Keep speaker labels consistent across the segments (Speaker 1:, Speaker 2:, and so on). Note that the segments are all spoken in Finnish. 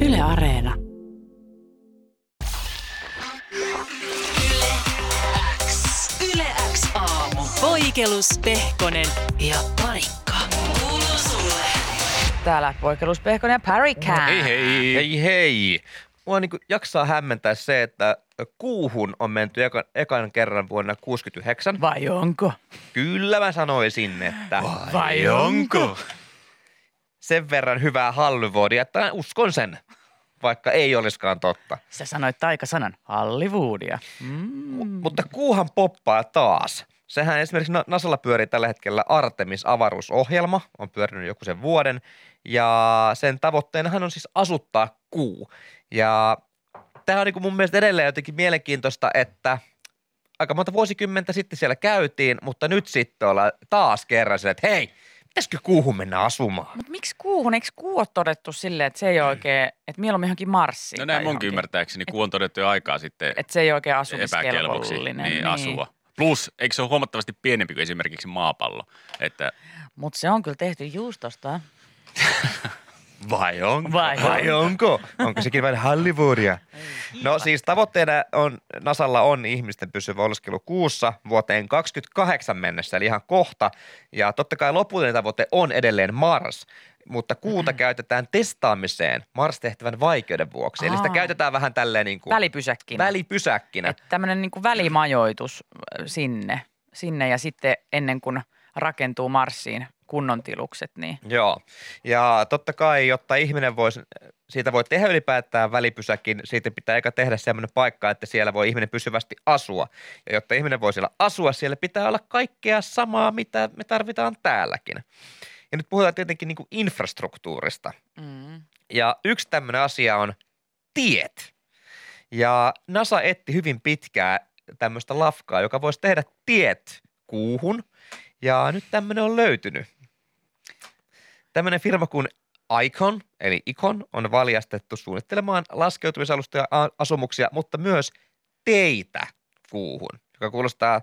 Speaker 1: Yle Areena. Yle X aamu. Poikelus, Pehkonen ja Parikka. Kuuluu sulle.
Speaker 2: Täällä Poikelus Pehkonen ja Parikka.
Speaker 3: No Hei hei.
Speaker 4: Ei hei. Mua niin jaksaa hämmentää se, että kuuhun on menty ekan, ekan kerran vuonna 69. Va-
Speaker 2: Vai onko?
Speaker 4: Kyllä mä sanoisin, että
Speaker 2: Vai
Speaker 3: onko?
Speaker 4: sen verran hyvää Hollywoodia, että mä uskon sen, vaikka ei olisikaan totta.
Speaker 2: Sä sanoit taikasanan Hollywoodia.
Speaker 4: Mm. Mutta kuuhan poppaa taas. Sehän esimerkiksi Na- Nasalla pyörii tällä hetkellä Artemis-avaruusohjelma, on pyörinyt joku sen vuoden, ja sen tavoitteenahan on siis asuttaa kuu. Ja tämä on niin mun mielestä edelleen jotenkin mielenkiintoista, että aika monta vuosikymmentä sitten siellä käytiin, mutta nyt sitten ollaan taas kerran sillä, että hei, pitäisikö kuuhun mennä asumaan?
Speaker 2: Mutta miksi kuuhun? Eikö kuu ole todettu silleen, että se ei ole oikein, että mieluummin johonkin Marsiin?
Speaker 3: No
Speaker 2: tai
Speaker 3: näin munkin
Speaker 2: johonkin.
Speaker 3: ymmärtääkseni, kun on todettu jo aikaa sitten
Speaker 2: Että se ei ole oikein
Speaker 3: epäkelvoksi
Speaker 2: asumiskelvollinen.
Speaker 3: niin, niin. asua. Plus, eikö se ole huomattavasti pienempi kuin esimerkiksi maapallo? Että
Speaker 2: Mutta se on kyllä tehty juustosta.
Speaker 4: Vai onko?
Speaker 2: Vai
Speaker 4: Vai onko? Onko sekin vähän Hollywoodia? No siis tavoitteena on, Nasalla on ihmisten pysyvä oleskelu kuussa vuoteen 28 mennessä, eli ihan kohta. Ja totta kai lopullinen tavoite on edelleen Mars, mutta
Speaker 2: Mm.
Speaker 4: kuuta käytetään testaamiseen Mars-tehtävän vaikeuden vuoksi. Eli sitä
Speaker 2: Aa.
Speaker 4: käytetään vähän tälleen niin kuin
Speaker 2: Välipysäkkinä.
Speaker 4: välipysäkkinä.
Speaker 2: Että tämmöinen niin välimajoitus äh, sinne, sinne ja sitten ennen kuin rakentuu Marsiin kunnon tilukset, niin
Speaker 4: Joo, ja totta kai, jotta ihminen voisi, siitä voi tehdä ylipäätään välipysäkin, siitä pitää eikä tehdä sellainen paikka, että siellä voi ihminen pysyvästi asua. Ja jotta ihminen voi siellä asua, siellä pitää olla kaikkea samaa, mitä me tarvitaan täälläkin. Ja nyt puhutaan tietenkin niin kuin infrastruktuurista.
Speaker 2: mm.
Speaker 4: Ja yksi tämmöinen asia on tiet. Ja NASA etti hyvin pitkää tämmöistä lafkaa, joka voisi tehdä tiet kuuhun. Ja nyt tämmöinen on löytynyt. Tämmöinen firma kuin Icon, eli Icon, on valjastettu suunnittelemaan laskeutumisalusta ja a- asumuksia, mutta myös teitä kuuhun, joka kuulostaa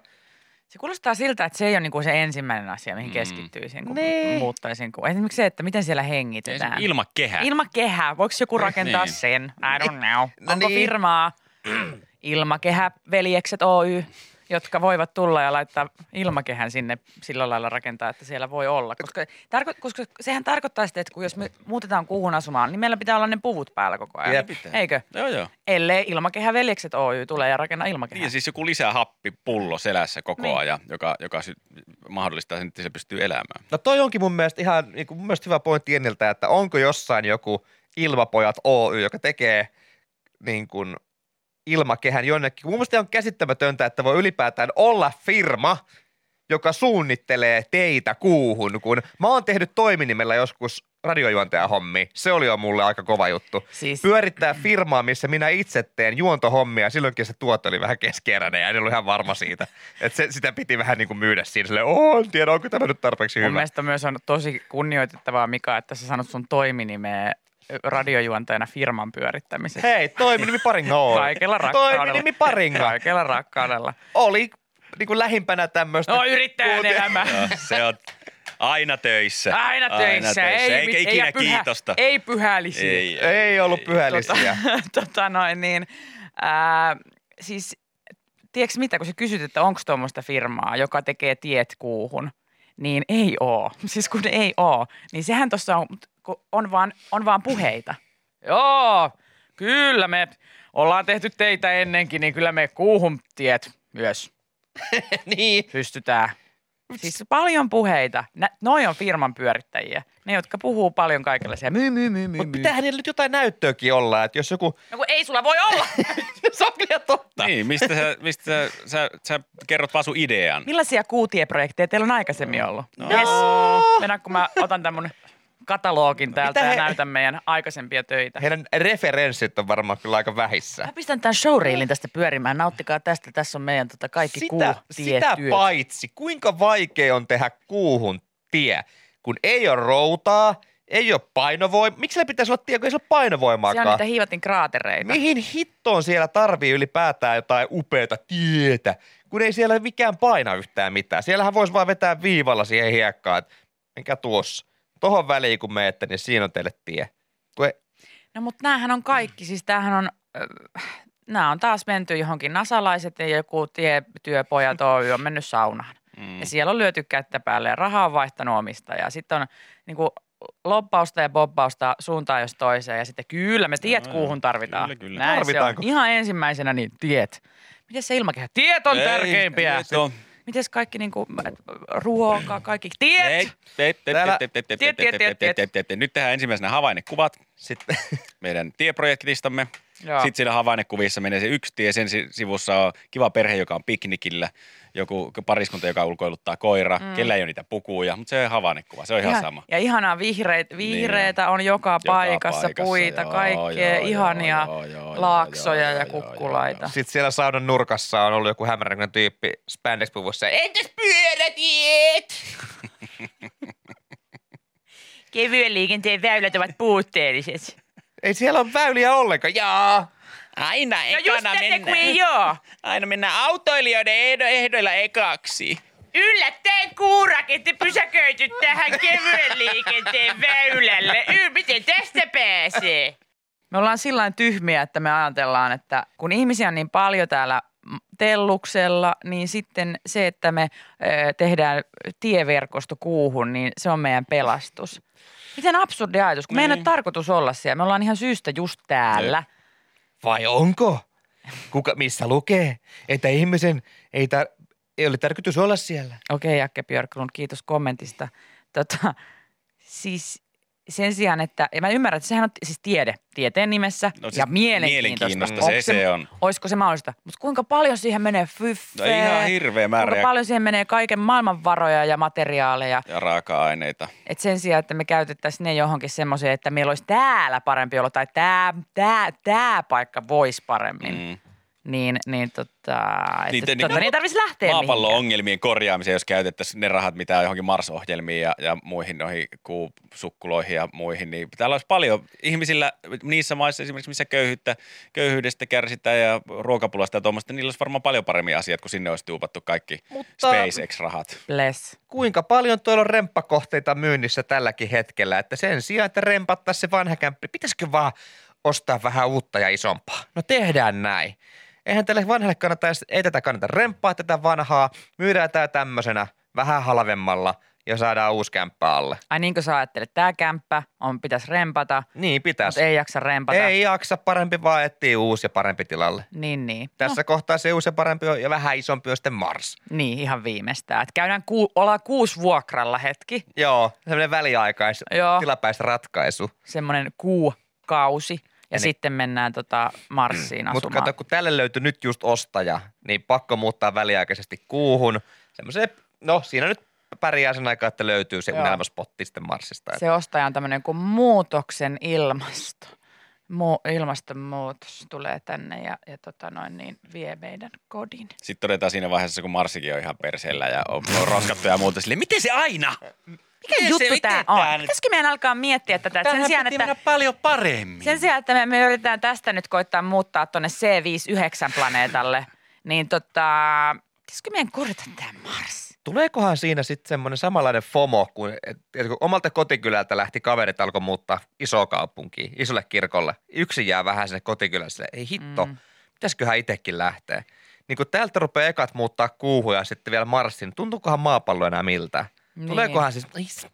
Speaker 2: Se kuulostaa siltä, että se ei ole niinku se ensimmäinen asia, mihin
Speaker 3: Mm.
Speaker 2: keskittyisin, kun
Speaker 4: Niin.
Speaker 2: muuttaisin. Kun, esimerkiksi se, että miten siellä
Speaker 3: ensin
Speaker 2: hengitetään.
Speaker 3: ilmakehä.
Speaker 2: Ilmakehää. Voiko joku rakentaa
Speaker 3: Niin.
Speaker 2: sen? I don't know.
Speaker 4: No
Speaker 2: Onko
Speaker 4: niin.
Speaker 2: firmaa Ilmakehäveljekset Oy, jotka voivat tulla ja laittaa ilmakehän sinne sillä lailla rakentaa, että siellä voi olla. Koska, tarko- koska sehän tarkoittaa sitä, että kun jos me muutetaan kuuhun asumaan, niin meillä pitää olla ne puvut päällä koko ajan.
Speaker 4: Jep.
Speaker 2: Eikö?
Speaker 3: Joo, joo.
Speaker 2: Ellei Ilmakehäveljekset Oy tulee ja rakenna ilmakehää.
Speaker 3: Niin, ja siis joku lisähappipullo selässä koko
Speaker 2: Niin.
Speaker 3: niin. ajan, joka, joka sy- mahdollistaa sen, että se pystyy elämään.
Speaker 4: No toi onkin mun mielestä ihan niin kuin mun mielestä hyvä pointti enniltä, että onko jossain joku Ilmapojat Oy, joka tekee niin kuin ilmakehän jonnekin. Mun mielestä on käsittämätöntä, että voi ylipäätään olla firma, joka suunnittelee teitä kuuhun, kun mä oon tehnyt toiminimellä joskus radiojuontajan hommi. Se oli jo mulle aika kova juttu.
Speaker 2: Siis,
Speaker 4: Pyörittää firmaa, missä minä itse teen juontohommia. Silloinkin se tuotto oli vähän keskeräinen ja en ollut ihan varma siitä. Että se, sitä piti vähän niin kuin myydä siinä. Silleen, "Oo, en tiedä, onko tämä nyt tarpeeksi
Speaker 2: Mun
Speaker 4: hyvä.
Speaker 2: mielestä myös on tosi kunnioitettavaa, Mika, että sä sanot sun toiminimeä radiojuontajana firman pyörittämisessä.
Speaker 4: Hei, toiminimi Paringa Oy.
Speaker 2: Kaikella rakkaudella.
Speaker 4: Toiminimi Paringa
Speaker 2: Kaikella rakkaudella.
Speaker 4: oli niin kuin lähimpänä tämmöistä.
Speaker 2: No yrittäjän elämä.
Speaker 3: se on aina töissä.
Speaker 2: Aina töissä. Ei, mit-
Speaker 3: Eikä ikinä
Speaker 2: ja pyhä,
Speaker 3: kiitosta.
Speaker 2: Ei pyhälisiä.
Speaker 3: Ei.
Speaker 4: Ei ollut pyhällisiä.
Speaker 2: tota noin niin. Ää, siis, tiedätkö mitä, kun sä kysyt, että onko tuommoista firmaa, joka tekee tiet kuuhun, niin ei oo. Siis kun ei oo, niin sehän tuossa on, kun on vaan, on vaan puheita. Joo, kyllä me ollaan tehty teitä ennenkin, niin kyllä me kuuhun tiet myös
Speaker 4: niin.
Speaker 2: pystytään. Siis paljon puheita. Nä, noi on firman pyörittäjiä. Ne, jotka puhuu paljon kaikenlaisia. Myy, myy, myy, myy,
Speaker 4: Mutta
Speaker 2: myy.
Speaker 4: pitäähän niillä nyt jotain näyttöäkin olla, että jos joku...
Speaker 2: No kun ei sulla voi olla.
Speaker 4: No, Se on kyllä totta.
Speaker 3: Niin, mistä, sä, mistä sä, sä, sä kerrot vaan sun idean.
Speaker 2: Millaisia kuutieprojekteja teillä on aikaisemmin ollut?
Speaker 3: No.
Speaker 2: Yes. Mennään, kun mä otan tämän mun katalogin täältä
Speaker 4: Mitä
Speaker 2: ja
Speaker 4: he-
Speaker 2: näytän meidän aikaisempia töitä.
Speaker 4: Heidän referenssit on varmaan kyllä aika vähissä.
Speaker 2: Mä pistän tämän showreelin tästä pyörimään. Nauttikaa tästä. Tässä on meidän tota kaikki
Speaker 4: sitä, sitä
Speaker 2: kuutietyöt.
Speaker 4: paitsi, kuinka vaikea on tehdä kuuhun tie, kun ei ole routaa, ei ole painovoimaa. Miksi sillä pitäisi olla tie, kun ei sillä ole
Speaker 2: Siellä on
Speaker 4: painovoimaakaan?
Speaker 2: niitä hiivatin kraatereita.
Speaker 4: Mihin hittoon siellä tarvii ylipäätään jotain upeata tietä, kun ei siellä mikään paina yhtään mitään. Siellähän voisi vaan vetää viivalla siihen hiekkaan, että menkää tuossa. Tohon väliin kun menette, niin siinä on teille tie. Kun ei,
Speaker 2: No mutta näähän on kaikki, siis tämähän on, äh, nämä on taas menty johonkin nasalaiset ja joku tie, työpojat Oy on mennyt saunaan.
Speaker 3: Mm.
Speaker 2: Ja siellä on lyöty kättä päälle ja rahaa on vaihtanut omista ja sitten on niin kuin, lobbausta ja bobbausta suuntaan jos toiseen ja sitten kyllä me tiet
Speaker 3: Joo, joo.
Speaker 2: kuuhun tarvitaan.
Speaker 3: Kyllä, kyllä.
Speaker 2: Näin
Speaker 4: Tarvitaanko?
Speaker 2: Se on. Ihan ensimmäisenä niin tiet. Miten se ilmakehä? Tiet on
Speaker 3: Ei,
Speaker 2: tärkeimpiä.
Speaker 3: tiet on.
Speaker 2: Mites kaikki niin kuin, ruoka, kaikki tiet?
Speaker 3: Ei, teet, teet,
Speaker 4: Täällä-
Speaker 3: teet, teet, teet,
Speaker 2: Tiet,
Speaker 3: teet,
Speaker 2: tiet,
Speaker 3: teet,
Speaker 2: tiet, tiet.
Speaker 3: teet, teet, teet, teet. Nyt tehdään ensimmäisenä havainnekuvat
Speaker 4: Sitten,
Speaker 3: meidän tieprojektistamme.
Speaker 2: Joo.
Speaker 3: Sitten siinä havainnekuvissa menee se yksi tie, sen si- sivussa on kiva perhe, joka on piknikillä, joku pariskunta, joka ulkoiluttaa koira, mm. kellä ei ole niitä pukuja, mutta se on havainnekuva, se on ihan, ihan sama. Niin.
Speaker 2: Ja ihanaa vihreitä, vihreitä on joka, paikassa,
Speaker 3: paikassa,
Speaker 2: puita,
Speaker 3: joo,
Speaker 2: kaikkea
Speaker 3: joo,
Speaker 2: ihania
Speaker 3: joo, joo, joo,
Speaker 2: laaksoja
Speaker 3: joo,
Speaker 2: ja
Speaker 3: joo,
Speaker 2: kukkulaita.
Speaker 3: joo,
Speaker 4: sitten siellä saunan nurkassa on ollut joku hämäräköinen tyyppi spandex-puvussa. Entäs pyörätiet?
Speaker 2: Kevyen liikenteen väylät ovat puutteelliset.
Speaker 4: Ei siellä ole väyliä ollenkaan. Jaa.
Speaker 3: Aina
Speaker 2: No just tätä kun ei oo.
Speaker 3: Aina mennään autoilijoiden ehdoilla ekaksi.
Speaker 2: Yllättäen kuuraketti pysäköity tähän kevyen liikenteen väylälle. Yl, miten tästä pääsee? Me ollaan sillä tyhmiä, että me ajatellaan, että kun ihmisiä on niin paljon täällä mm, telluksella, niin sitten se, että me ö, tehdään tieverkosto kuuhun, niin se on meidän pelastus. Miten absurdi ajatus, kun meidän ei
Speaker 3: Niin.
Speaker 2: ole tarkoitus olla siellä. Me ollaan ihan syystä just täällä.
Speaker 4: Vai onko? Kuka, missä lukee, että ihmisen ei, tar- ei ole tarkoitus olla siellä?
Speaker 2: Okei, Jakke Björklund, kiitos kommentista. Tota, siis sen sijaan, että ja mä ymmärrän, että sehän on t- siis tiede tieteen nimessä no,
Speaker 3: No
Speaker 2: siis
Speaker 3: siis
Speaker 2: ja mielenkiintoista.
Speaker 3: mielenkiintoista
Speaker 2: Onko
Speaker 3: se se on.
Speaker 2: Olisiko se mahdollista? Mutta kuinka paljon siihen menee
Speaker 3: No
Speaker 2: fyffeä?
Speaker 3: ihan hirveä määrä
Speaker 2: Kuinka
Speaker 3: ja,
Speaker 2: paljon siihen menee kaiken maailman varoja ja materiaaleja?
Speaker 3: ja raaka-aineita.
Speaker 2: Et sen sijaan, että me käytettäisiin ne johonkin semmoiseen, että meillä olisi täällä parempi olla tai tämä tää, tää paikka voisi paremmin. Mm.
Speaker 3: Mm.
Speaker 2: Niin, niin tota,
Speaker 3: Niin,
Speaker 2: että,
Speaker 3: te-
Speaker 2: niin,
Speaker 3: niin-
Speaker 2: tota, niin, ei tarvitsisi lähteä
Speaker 3: Maapallon
Speaker 2: mihinkään.
Speaker 3: ongelmien korjaamiseen, jos käytettäisiin ne rahat, mitä on johonkin Mars-ohjelmiin ja, ja muihin noihin kuusukkuloihin ja muihin, niin täällä olisi paljon ihmisillä niissä maissa esimerkiksi, missä köyhyyttä, köyhyydestä kärsitään ja ruokapulasta ja tuommoista, niin niillä olisi varmaan paljon paremmin asiat, kun sinne olisi tuupattu kaikki
Speaker 4: Mutta-
Speaker 3: SpaceX-rahat.
Speaker 2: Bless.
Speaker 4: kuinka paljon tuolla on remppakohteita myynnissä tälläkin hetkellä, että sen sijaan, että rempattaisiin se vanha kämppi, pitäisikö vaan ostaa vähän uutta ja isompaa? No tehdään näin. Eihän tälle vanhalle kannata, edes- ei tätä kannata remppaa tätä vanhaa, myydään tämä tämmöisenä vähän halvemmalla ja saadaan uusi kämppä alle.
Speaker 2: Ai niin kuin sä ajattelet, tämä kämppä on, pitäisi rempata,
Speaker 4: Niin
Speaker 2: mutta
Speaker 4: pitäisi.
Speaker 2: ei jaksa rempata.
Speaker 4: Ei jaksa, parempi vaan etsiä uusi ja parempi tilalle.
Speaker 2: Niin, niin.
Speaker 4: Tässä kohtaa se uusi ja parempi on, ja vähän isompi on sitten Mars.
Speaker 2: No, niin, ihan viimeistään. Et käydään, ku, ollaan kuusi vuokralla hetki,
Speaker 4: Joo, semmoinen väliaikais,
Speaker 2: Joo.
Speaker 4: tilapäisratkaisu.
Speaker 2: semmoinen kuukausi, ja,
Speaker 4: Ja niin-
Speaker 2: sitten mennään tota Marsiin
Speaker 4: Mutta
Speaker 2: asumaan.
Speaker 4: kato, kun tälle löytyi nyt just ostaja, niin pakko muuttaa väliaikaisesti kuuhun. Semmoiseen, no siinä nyt pärjää sen aikaa, että löytyy se
Speaker 2: Joo.
Speaker 4: unelmaspotti sitten Marsista. Se
Speaker 2: Se ostaja on tämmöinen kuin muutoksen ilmasto. Mu- ilmastonmuutos tulee tänne ja, ja tota noin, niin vie meidän kodin.
Speaker 3: Sitten todetaan siinä vaiheessa, kun Marsikin on ihan perseellä ja on, on roskattu ja muuta silleen, miten se aina?
Speaker 2: Mikä
Speaker 3: Miten se-
Speaker 2: juttu tämä
Speaker 3: miten tää
Speaker 2: on?
Speaker 3: nyt-
Speaker 2: Pitäisikö meidän alkaa miettiä tätä? että Sen sijaan, että
Speaker 3: paljon paremmin.
Speaker 2: Sen sijaan, että me, me yritetään tästä nyt koittaa muuttaa tuonne C59-planeetalle, niin tota, pitäisikö meidän korjata tämä Mars?
Speaker 4: Tuleekohan siinä sitten semmoinen samanlainen FOMO, kun, et, et, kun omalta kotikylältä lähti kaverit alkoi muuttaa isoon kaupunkiin, isolle kirkolle. Yksi jää vähän sinne kotikylään sille, ei hitto,
Speaker 2: Mm.
Speaker 4: mm. pitäisiköhän itsekin lähteä. Niin kun täältä rupeaa ekat muuttaa kuuhun ja sitten vielä Marsin, tuntuukohan maapallo enää miltä?
Speaker 2: Niin.
Speaker 4: Niin. Tuleekohan siis, ei, s-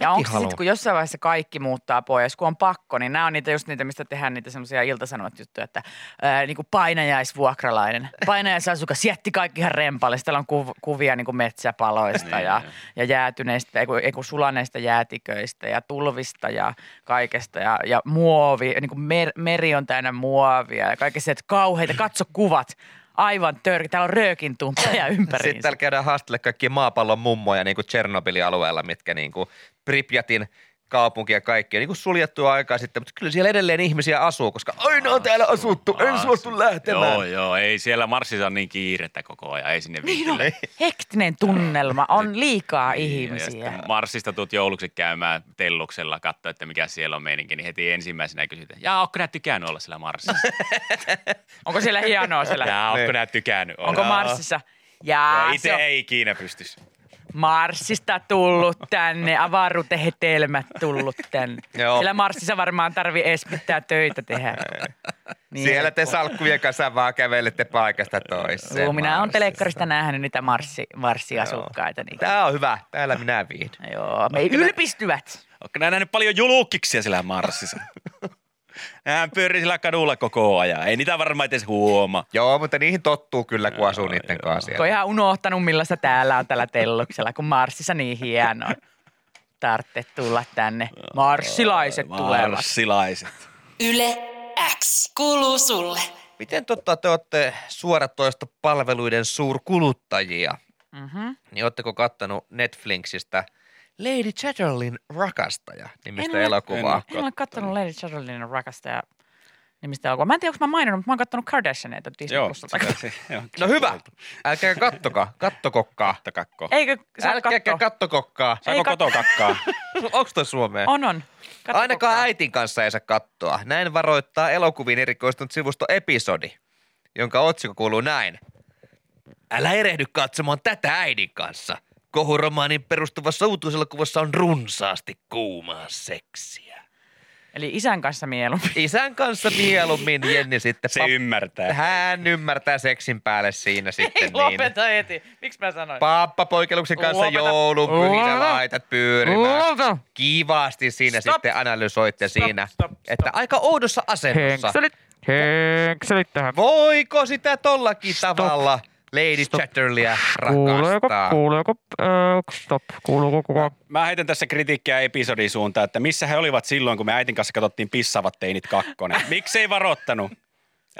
Speaker 2: Ja onko
Speaker 4: mäkin
Speaker 2: se
Speaker 4: haluan.
Speaker 2: sitten, kun jossain vaiheessa kaikki muuttaa pois, kun on pakko, niin nämä on niitä just niitä, mistä tehdään niitä semmoisia iltasanomat juttuja, että ää, niin kuin painajaisvuokralainen, painajaisasukas jätti kaikki ihan rempalle. Sitten Täällä on kuv- kuvia niin kuin metsäpaloista
Speaker 3: Niin,
Speaker 2: ja,
Speaker 3: joo.
Speaker 2: ja jäätyneistä, ei kun, ei kun sulaneista jäätiköistä ja tulvista ja kaikesta ja, ja muovi, niin kuin mer- meri on täynnä muovia ja kaikki se, että kauheita, katso kuvat, aivan törki, täällä on röökin tumppeja
Speaker 4: Sitten
Speaker 2: ympäriinsä.
Speaker 4: täällä käydään haastelle kaikkia maapallon mummoja niin kuin Tsernobylin alueella, mitkä niin kuin Pripyatin kaupunki ja kaikki niin kuin suljettua aikaa sitten, mutta kyllä siellä edelleen ihmisiä asuu, koska aina on täällä asuttu, en suostu lähtemään.
Speaker 3: Joo, joo, ei siellä Marsissa ole niin kiirettä koko ajan, ei sinne
Speaker 2: Niin on,
Speaker 3: viitille.
Speaker 2: hektinen tunnelma, on liikaa
Speaker 3: Niin, ja
Speaker 2: ihmisiä.
Speaker 3: sitten Marsista tuut jouluksi käymään telluksella, katsoa, että mikä siellä on meininki, niin heti ensimmäisenä kysytään, jaa, ootko nää tykännyt olla siellä Marsissa?
Speaker 2: Onko siellä hienoa siellä?
Speaker 3: Jaa, ootko
Speaker 4: Niin.
Speaker 3: nää tykännyt olla?
Speaker 2: Onko Marsissa?
Speaker 3: Ja
Speaker 2: Jaa,
Speaker 3: itse
Speaker 2: se on
Speaker 3: ei ikinä pystyisi.
Speaker 2: Marsista tullut tänne, avaruuteen hetelmät tullut tänne.
Speaker 4: Joo.
Speaker 2: Joo. Siellä Marsissa varmaan tarvii edes pitää töitä tehdä. Niin
Speaker 4: Siellä te
Speaker 2: helppoa.
Speaker 4: salkkujen kanssa vaan kävelette paikasta toiseen.
Speaker 2: Joo, minä olen
Speaker 4: Marsissa.
Speaker 2: telekkarista nähnyt niitä marssi, marssiasukkaita. Niin.
Speaker 4: Tää on hyvä. Täällä minä viihdyn.
Speaker 2: Joo, me ylpistyvät.
Speaker 3: Oletko nää nähnyt paljon julukiksia sillä Marsissa? Nämä pyörii sillä kadulla koko ajan. Ei niitä varmaan edes huomaa.
Speaker 4: Joo, mutta niihin tottuu kyllä, kun asuu niiden kanssa
Speaker 2: Kun on
Speaker 4: siellä.
Speaker 2: ihan unohtanut, millaista täällä on tällä telluksella, kun Marsissa niin hienoa. Tartte tulla tänne. Marssilaiset tulevat.
Speaker 3: Marsilaiset.
Speaker 1: Yle X kuuluu sulle.
Speaker 4: Miten totta te olette suoratoistopalveluiden suurkuluttajia?
Speaker 2: Mm-hmm.
Speaker 4: Niin ootteko kattanut Netflixistä Lady Chatterleyn rakastaja
Speaker 2: En
Speaker 4: nimistä
Speaker 2: ole-
Speaker 4: elokuvaa?
Speaker 2: En ole kattonut Lady Chatterleyn rakasta ja nimistä elokuvaa. Mä en tiedä, onko mä maininnut, mutta mä oon kattonut Kardashianeita Disney
Speaker 3: Joo.
Speaker 2: Plusalta.
Speaker 3: sitä se- joo.
Speaker 4: No hyvä. Älkää kattokaa. Kattokokkaa.
Speaker 3: Kattokakko.
Speaker 2: Eikö sä
Speaker 4: Älkääkä
Speaker 2: katsoa?
Speaker 4: kattokokkaa.
Speaker 3: Saako
Speaker 2: katso.
Speaker 3: kotokakkaa?
Speaker 4: Onko toi Suomeen?
Speaker 2: On, on. Katso
Speaker 4: Ainakaan
Speaker 2: kukaan.
Speaker 4: äitin kanssa ei saa kattoa. Näin varoittaa elokuviin erikoistunut sivusto Episodi, jonka otsikko kuuluu näin. Älä erehdy katsomaan tätä äidin kanssa. Kohuromaanin perustuvassa uutuiselokuvassa on runsaasti kuumaa seksiä.
Speaker 2: Eli isän kanssa mieluummin.
Speaker 4: Isän kanssa mieluummin Jenni sitten.
Speaker 3: Se
Speaker 4: pap-
Speaker 3: ymmärtää.
Speaker 4: hän ymmärtää seksin päälle siinä sitten.
Speaker 2: Ei, lopeta heti. Miksi mä sanoin?
Speaker 4: Pappa poikeluksen kanssa
Speaker 2: Lopeta.
Speaker 4: joulun pyhinä
Speaker 2: Lopeta.
Speaker 4: laitat pyörimään. kivasti siinä
Speaker 2: Stop.
Speaker 4: sitten analysoitte
Speaker 2: Stop,
Speaker 4: siinä,
Speaker 2: stop, stop.
Speaker 4: että aika oudossa asennossa.
Speaker 2: henkselit tähän.
Speaker 4: Voiko sitä tollakin tavalla Lady
Speaker 2: Stop.
Speaker 4: Chatterleyä rakastaa?
Speaker 2: kuuluuko, äh, stop, kuuluuko kukaan?
Speaker 3: Mä heitän tässä kritiikkiä episodin suuntaan, että missä he olivat silloin, kun me äitin kanssa katsottiin Pissavat teinit kakkonen. Miksei varottanut?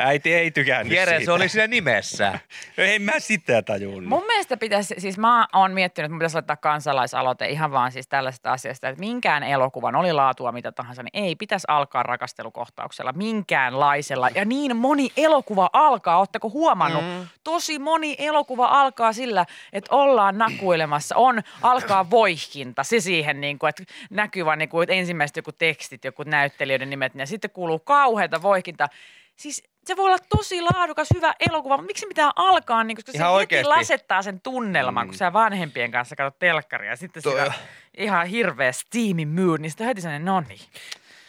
Speaker 3: Äiti ei tykännyt
Speaker 4: Jere,
Speaker 3: siitä.
Speaker 4: se oli siinä nimessä.
Speaker 3: Ei mä sitä tajunnut.
Speaker 2: Mun mielestä pitäisi, siis mä oon miettinyt, että mun pitäisi laittaa kansalaisaloite ihan vaan siis tällaisesta asiasta, että minkään elokuvan, oli laatua mitä tahansa, niin ei pitäisi alkaa rakastelukohtauksella, minkäänlaisella. Ja niin moni elokuva alkaa, ootteko huomannut? Mm. Tosi moni elokuva alkaa sillä, että ollaan nakuilemassa, on, alkaa voihkinta, se siihen niin kuin, että näkyy vaan niin kuin, että ensimmäiset joku tekstit, joku näyttelijöiden nimet, ja sitten kuuluu kauheita voihkinta. Siis se voi olla tosi laadukas, hyvä elokuva, mutta miksi mitään alkaa, niin, koska
Speaker 4: Ihan
Speaker 2: se heti
Speaker 4: oikeesti.
Speaker 2: asettaa sen tunnelman, mm. kun sä vanhempien kanssa katsot telkkaria ja sitten
Speaker 4: Toi-
Speaker 2: Toi. siinä ihan hirveä steamy mood, niin sitten on heti sellainen, no niin,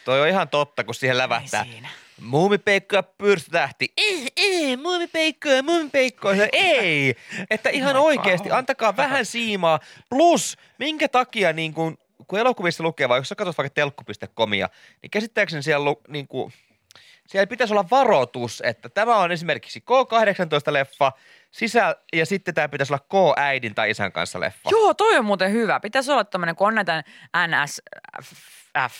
Speaker 4: Toi on ihan totta, kun siihen
Speaker 2: ei
Speaker 4: lävähtää.
Speaker 2: siinä.
Speaker 4: Muumipeikko ja pyrstötähti. Ei, ei, muumipeikko ja muumipeikko. Se Ei. Että ihan oikeasti, antakaa vähän siimaa. Plus, minkä takia niin kun, kun elokuvissa lukee, vai jos sä katsot vaikka telkku.comia, niin käsittääkseni siellä, lu- niin kun, siellä pitäisi olla varoitus, että tämä on esimerkiksi K-18-leffa, sisä, ja sitten tämä pitäisi olla K-äidin tai isän kanssa leffa.
Speaker 2: Joo, toi on muuten hyvä. Pitäisi olla tämmöinen, kun on näitä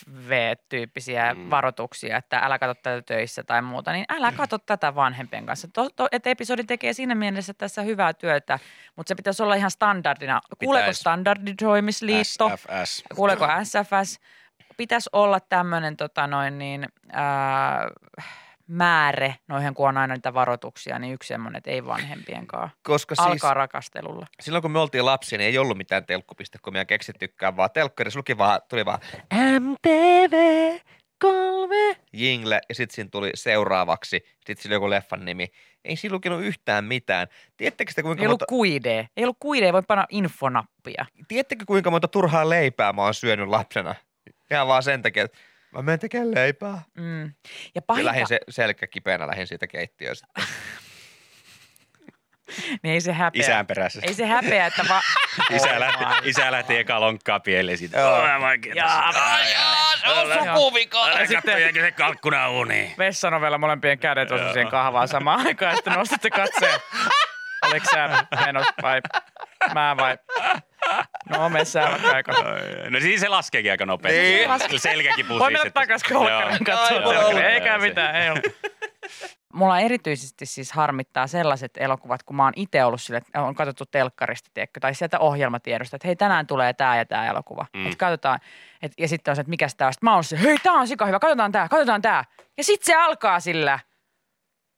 Speaker 2: NSFV-tyyppisiä mm. varoituksia, että älä katso tätä töissä tai muuta, niin älä katso tätä vanhempien kanssa. To, to, että episodi tekee siinä mielessä tässä hyvää työtä, mutta se pitäisi olla ihan standardina. Kuuleeko
Speaker 4: Pitäis.
Speaker 2: standardisoimisliitto?
Speaker 3: SFS.
Speaker 2: kuuleeko SFS, pitäisi olla tämmöinen tota noin niin, ää, määrä, noihin kun on aina niitä varoituksia, niin yksi semmoinen, että ei vanhempien kanssa.
Speaker 4: Koska
Speaker 2: Alkaa
Speaker 4: siis,
Speaker 2: rakastelulla.
Speaker 4: silloin kun me oltiin lapsia, niin ei ollut mitään telkku.comia keksittykään, vaan telkkarissa luki vaan, tuli vaan MTV kolme jingle ja sitten siinä tuli seuraavaksi, sitten sillä oli joku leffan nimi. Ei siinä lukenut yhtään mitään. Tiedättekö, sitä, kuinka
Speaker 2: Ei ollut
Speaker 4: monta,
Speaker 2: kuidea. Ei ollut kuidea, voi panna infonappia.
Speaker 4: tiedättekö kuinka monta turhaa leipää mä oon syönyt lapsena? Ihan vaan sen takia, että mä menen tekemään leipää.
Speaker 2: Mm. Ja
Speaker 4: Ja
Speaker 2: pahinta,
Speaker 4: lähin se, selkä kipeänä lähin siitä keittiöstä.
Speaker 2: niin ei se häpeä.
Speaker 3: Isän perässä.
Speaker 2: Ei se häpeä, että vaan...
Speaker 3: Isä lähti, isä lähti eka lonkkaa pieleen siitä.
Speaker 4: Joo.
Speaker 3: Älä vaikeeta
Speaker 2: Jaa,
Speaker 3: sitä.
Speaker 2: ai,
Speaker 4: se on sukuvika!
Speaker 3: Älä katso,
Speaker 2: sitten-
Speaker 3: jäikö se kalkkuna uniin.
Speaker 2: Vessan on vielä molempien kädet osu siihen kahvaan samaan aikaan, ja sitten nostatte katseen. Oliko sä menossa vai mä vai? No, me sä vaikka aika.
Speaker 3: No siis se laskeekin aika nopeasti.
Speaker 4: Niin.
Speaker 3: Se laske- Selkäkipu
Speaker 2: Voi
Speaker 3: siis,
Speaker 2: mennä
Speaker 3: että-
Speaker 2: takaisin
Speaker 3: Joo.
Speaker 2: kolkkarin katsomaan
Speaker 4: Joo,
Speaker 2: telkkaria.
Speaker 3: joo,
Speaker 2: Ei käy
Speaker 3: joo, se-
Speaker 2: mitään, ei ollut. Mulla erityisesti siis harmittaa sellaiset elokuvat, kun mä oon itse ollut sille, että on katsottu telkkarista, tiedätkö, tai sieltä ohjelmatiedosta, että hei tänään tulee tämä ja tämä elokuva. Mm. Että katsotaan, et, ja sitten on se, että mikä tämä on. Sitten mä oon se, hei tää on sika hyvä, katsotaan tää, katsotaan tää. Ja sitten se alkaa sillä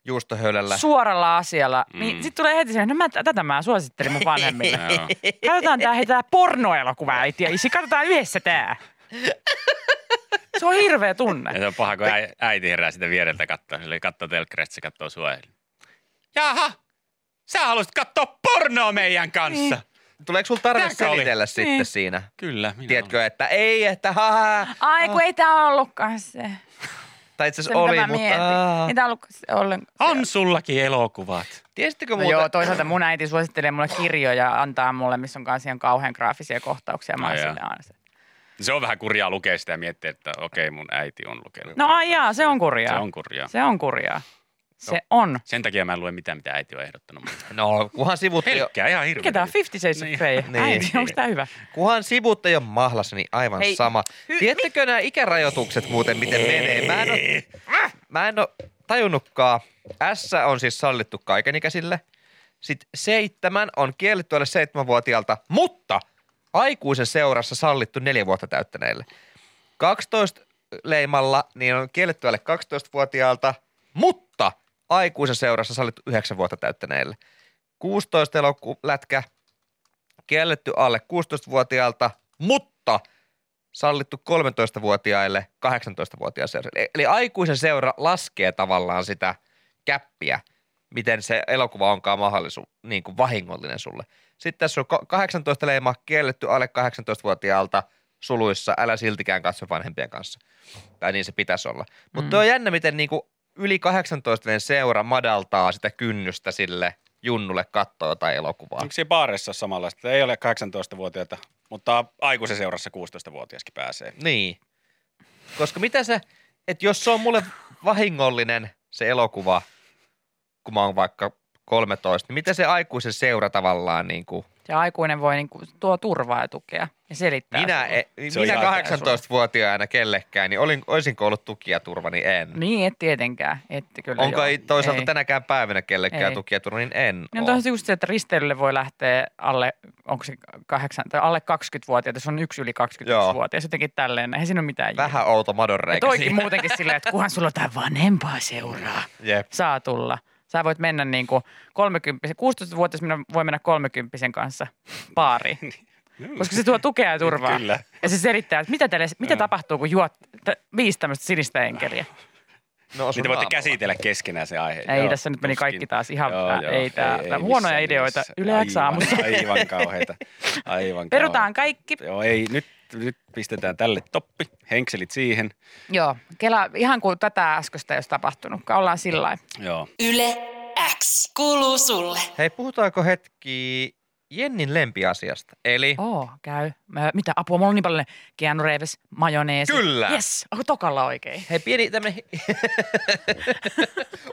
Speaker 4: Juustohöylällä.
Speaker 2: suoralla asialla. Mm.
Speaker 3: Mm.
Speaker 2: Niin sitten tulee heti se, no mä, tätä mä suosittelin mun vanhemmille.
Speaker 3: Joo.
Speaker 2: Katsotaan tää, hei, tää pornoelokuva, äiti ja isi. Katsotaan yhdessä tää. Se on hirveä tunne.
Speaker 3: Ja se on paha, kun äi- äiti herää sitä viereltä katsoa. Sille katsoo telkkareista, se katsoo sua. Jaha, sä haluaisit katsoa pornoa meidän kanssa.
Speaker 4: Tuleeko sulla tarve
Speaker 3: Tämäkö oli?
Speaker 4: selitellä sitten
Speaker 2: Niin.
Speaker 4: siinä?
Speaker 3: Kyllä, minä
Speaker 4: Tiedätkö, että ei, että ha, ha.
Speaker 2: Ai kun ei tämä ollutkaan se,
Speaker 4: Tai itse
Speaker 2: se
Speaker 4: asiassa oli,
Speaker 2: mitä mä mietin.
Speaker 4: mutta...
Speaker 2: Ei tämä ollutkaan se ollenkaan.
Speaker 3: olen. On sullakin elokuvat.
Speaker 4: Tiesittekö
Speaker 2: No
Speaker 4: muuten?
Speaker 2: joo, toisaalta mun äiti suosittelee mulle kirjoja ja antaa mulle, missä on kanssa ihan kauhean graafisia kohtauksia. Mä
Speaker 3: Ai
Speaker 2: oon
Speaker 3: jaa.
Speaker 2: sillä aina se.
Speaker 3: Se on vähän kurjaa lukea sitä ja miettiä, että okei, mun äiti on lukenut.
Speaker 2: No ai jaa, se on kurjaa.
Speaker 3: Se on kurjaa.
Speaker 2: Se on kurjaa. Se on.
Speaker 3: Sen takia mä en lue mitään, mitä äiti on ehdottanut. mulle.
Speaker 4: No, kunhan sivutte jo,
Speaker 3: Pelkkää ihan
Speaker 2: Mikä
Speaker 3: hirveä.
Speaker 2: tää on? Fifty Shades of
Speaker 3: Niin.
Speaker 2: Grey.
Speaker 4: Niin.
Speaker 2: Äiti, onko tää hyvä?
Speaker 4: kunhan sivutte jo mahlassa, niin aivan
Speaker 2: Hei,
Speaker 4: sama.
Speaker 2: hy-
Speaker 4: Tiedättekö nämä ikärajoitukset muuten, miten menee? Mä en ole,
Speaker 2: Äh!
Speaker 4: mä en ole tajunnutkaan. S on siis sallittu kaikenikäisille. Sitten seitsemän on kielletty alle seitsemänvuotiaalta, mutta aikuisen seurassa sallittu neljä vuotta täyttäneille. 12 leimalla niin on kielletty alle 12-vuotiaalta, mutta aikuisen seurassa sallittu 9 vuotta täyttäneille. 16 eloku- lätkä kielletty alle 16-vuotiaalta, mutta sallittu 13-vuotiaille 18-vuotiaan seurassa. Eli- Eli aikuisen seura laskee tavallaan sitä käppiä, miten se elokuva onkaan mahdollisu, niin kuin vahingollinen sulle. Sitten tässä on ko- 18 leima kielletty alle 18-vuotiaalta suluissa, älä siltikään katso vanhempien kanssa. Tai niin se pitäisi olla.
Speaker 2: Mm.
Speaker 4: Mutta mm. on jännä, miten niin kuin yli 18 seura madaltaa sitä kynnystä sille junnulle katsoa jotain elokuvaa.
Speaker 3: Onko siinä baareissa ole samanlaista? Ei ole 18-vuotiaita, mutta aikuisen seurassa 16-vuotiaskin pääsee.
Speaker 4: Niin. Koska mitä se, että jos se on mulle vahingollinen se elokuva, kun mä oon vaikka 13, niin mitä se aikuisen seura tavallaan niin kuin,
Speaker 2: Se aikuinen voi niinku tuo turvaa ja tukea ja selittää.
Speaker 4: minä,
Speaker 2: sulle.
Speaker 4: e,
Speaker 3: Se on
Speaker 4: minä
Speaker 3: ihan
Speaker 4: 18-vuotiaana kellekään, niin olin, olisinko ollut tukia turva, niin en.
Speaker 2: Niin, et tietenkään. Et kyllä
Speaker 4: Onko
Speaker 2: joo.
Speaker 4: ei toisaalta
Speaker 2: Ei.
Speaker 4: tänäkään päivänä kellekään
Speaker 2: Ei.
Speaker 4: tukia turva, niin en
Speaker 2: Niin on
Speaker 3: Oh.
Speaker 4: oo.
Speaker 2: toisaalta just se, että risteilylle voi lähteä alle, onko se kahdeksan, tai alle 20-vuotiaita, se on yksi yli 20-vuotias, jotenkin tälleen, eihän siinä ole mitään järkeä.
Speaker 4: Vähän outo
Speaker 2: Ja
Speaker 4: madonreikä
Speaker 2: toikin
Speaker 4: siinä.
Speaker 2: muutenkin silleen, että kunhan sulla on jotain vanhempaa seuraa,
Speaker 4: Jep.
Speaker 2: saa tulla. Sä voit mennä niin kuin 30, 16-vuotias minä voi mennä 30 kanssa baariin, koska se tuo tukea ja turvaa.
Speaker 3: Kyllä.
Speaker 2: Ja se selittää, että mitä, teille, mitä tapahtuu, kun juot t- viisi tämmöistä sinistä enkeliä.
Speaker 4: No,
Speaker 3: Niitä voitte käsitellä keskenään se aihe.
Speaker 2: Ei, tässä nyt meni kaikki taas ihan- ää, ei tää- tää huonoja
Speaker 3: missään
Speaker 2: ideoita.
Speaker 3: nimessä.
Speaker 2: Yle X
Speaker 3: Aivan-
Speaker 2: aamussa.
Speaker 3: Aivan kauheita. Aivan
Speaker 2: Perutaan
Speaker 3: kauheita.
Speaker 2: kaikki.
Speaker 3: Joo, ei, nyt, nyt pistetään tälle toppi, henkselit siihen.
Speaker 2: Joo, Kela, ihan kuin tätä äskeistä ei olisi tapahtunutkaan, ollaan sillä lailla.
Speaker 3: Joo.
Speaker 1: Yle X kuuluu sulle.
Speaker 4: Hei, puhutaanko hetki Jennin lempiasiasta? Eli
Speaker 2: Oo, käy. Mä, mitä apua, mulla on niin paljon ne Keanu Reeves, majoneesi.
Speaker 4: Kyllä.
Speaker 2: Yes, onko tokalla oikein?
Speaker 4: Hei pieni tämmöinen...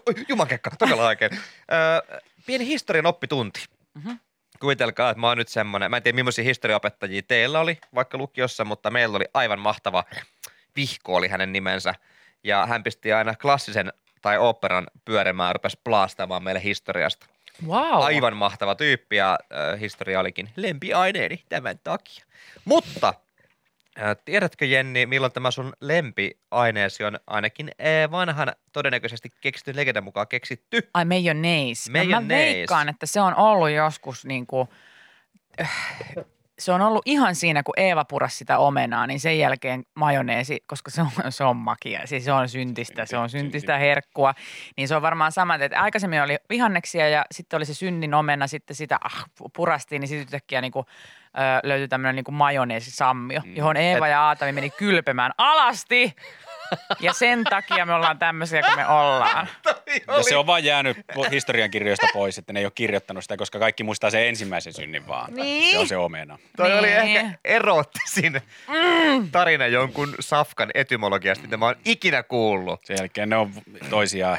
Speaker 4: Oi jumakekka, todella oikein. Öö, pieni historian oppitunti.
Speaker 2: Mhm.
Speaker 4: Kuvitelkaa, että mä oon nyt semmoinen, mä en tiedä millaisia historiaopettajia teillä oli vaikka lukiossa, mutta meillä oli aivan mahtava vihko oli hänen nimensä. Ja hän pisti aina klassisen tai oopperan pyörimään ja rupesi plaastamaan meille historiasta.
Speaker 2: Wow.
Speaker 4: Aivan mahtava tyyppi ja äh, historia olikin lempiaineeni tämän takia. Mutta äh, tiedätkö Jenni, milloin tämä sun lempiaineesi on ainakin äh, vanhan todennäköisesti keksitty legendan mukaan keksitty?
Speaker 2: Ai mayonnaise. Mä
Speaker 4: Mayonnaise.
Speaker 2: veikkaan, että se on ollut joskus niin kuin, se on ollut ihan siinä, kun Eeva puras sitä omenaa, niin sen jälkeen majoneesi, koska se on, se on makia, siis se on syntistä, se on
Speaker 3: Synti,
Speaker 2: syntistä herkkua, niin se on varmaan sama, että aiemmin oli vihanneksia ja sitten oli se synnin omena, sitten sitä ah, purastiin, niin sitten yhtäkkiä niin kuin, ö, löytyi tämmöinen niin majoneesisammio,
Speaker 3: Mm.
Speaker 2: johon Eeva ja Aatami meni kylpemään alasti. Ja sen takia me ollaan tämmöisiä kuin me ollaan.
Speaker 3: Ja se on vaan jäänyt po- historiankirjoista pois, että ne ei ole kirjoittanut sitä, koska kaikki muistaa sen ensimmäisen synnin vaan.
Speaker 2: Niin.
Speaker 3: Se on se omena.
Speaker 4: Toi oli
Speaker 2: Niin. Mm.
Speaker 4: ehkä erottisin tarina jonkun safkan etymologiasta, mitä mä oon ikinä kuullut.
Speaker 3: Sen jälkeen ne on toisiaan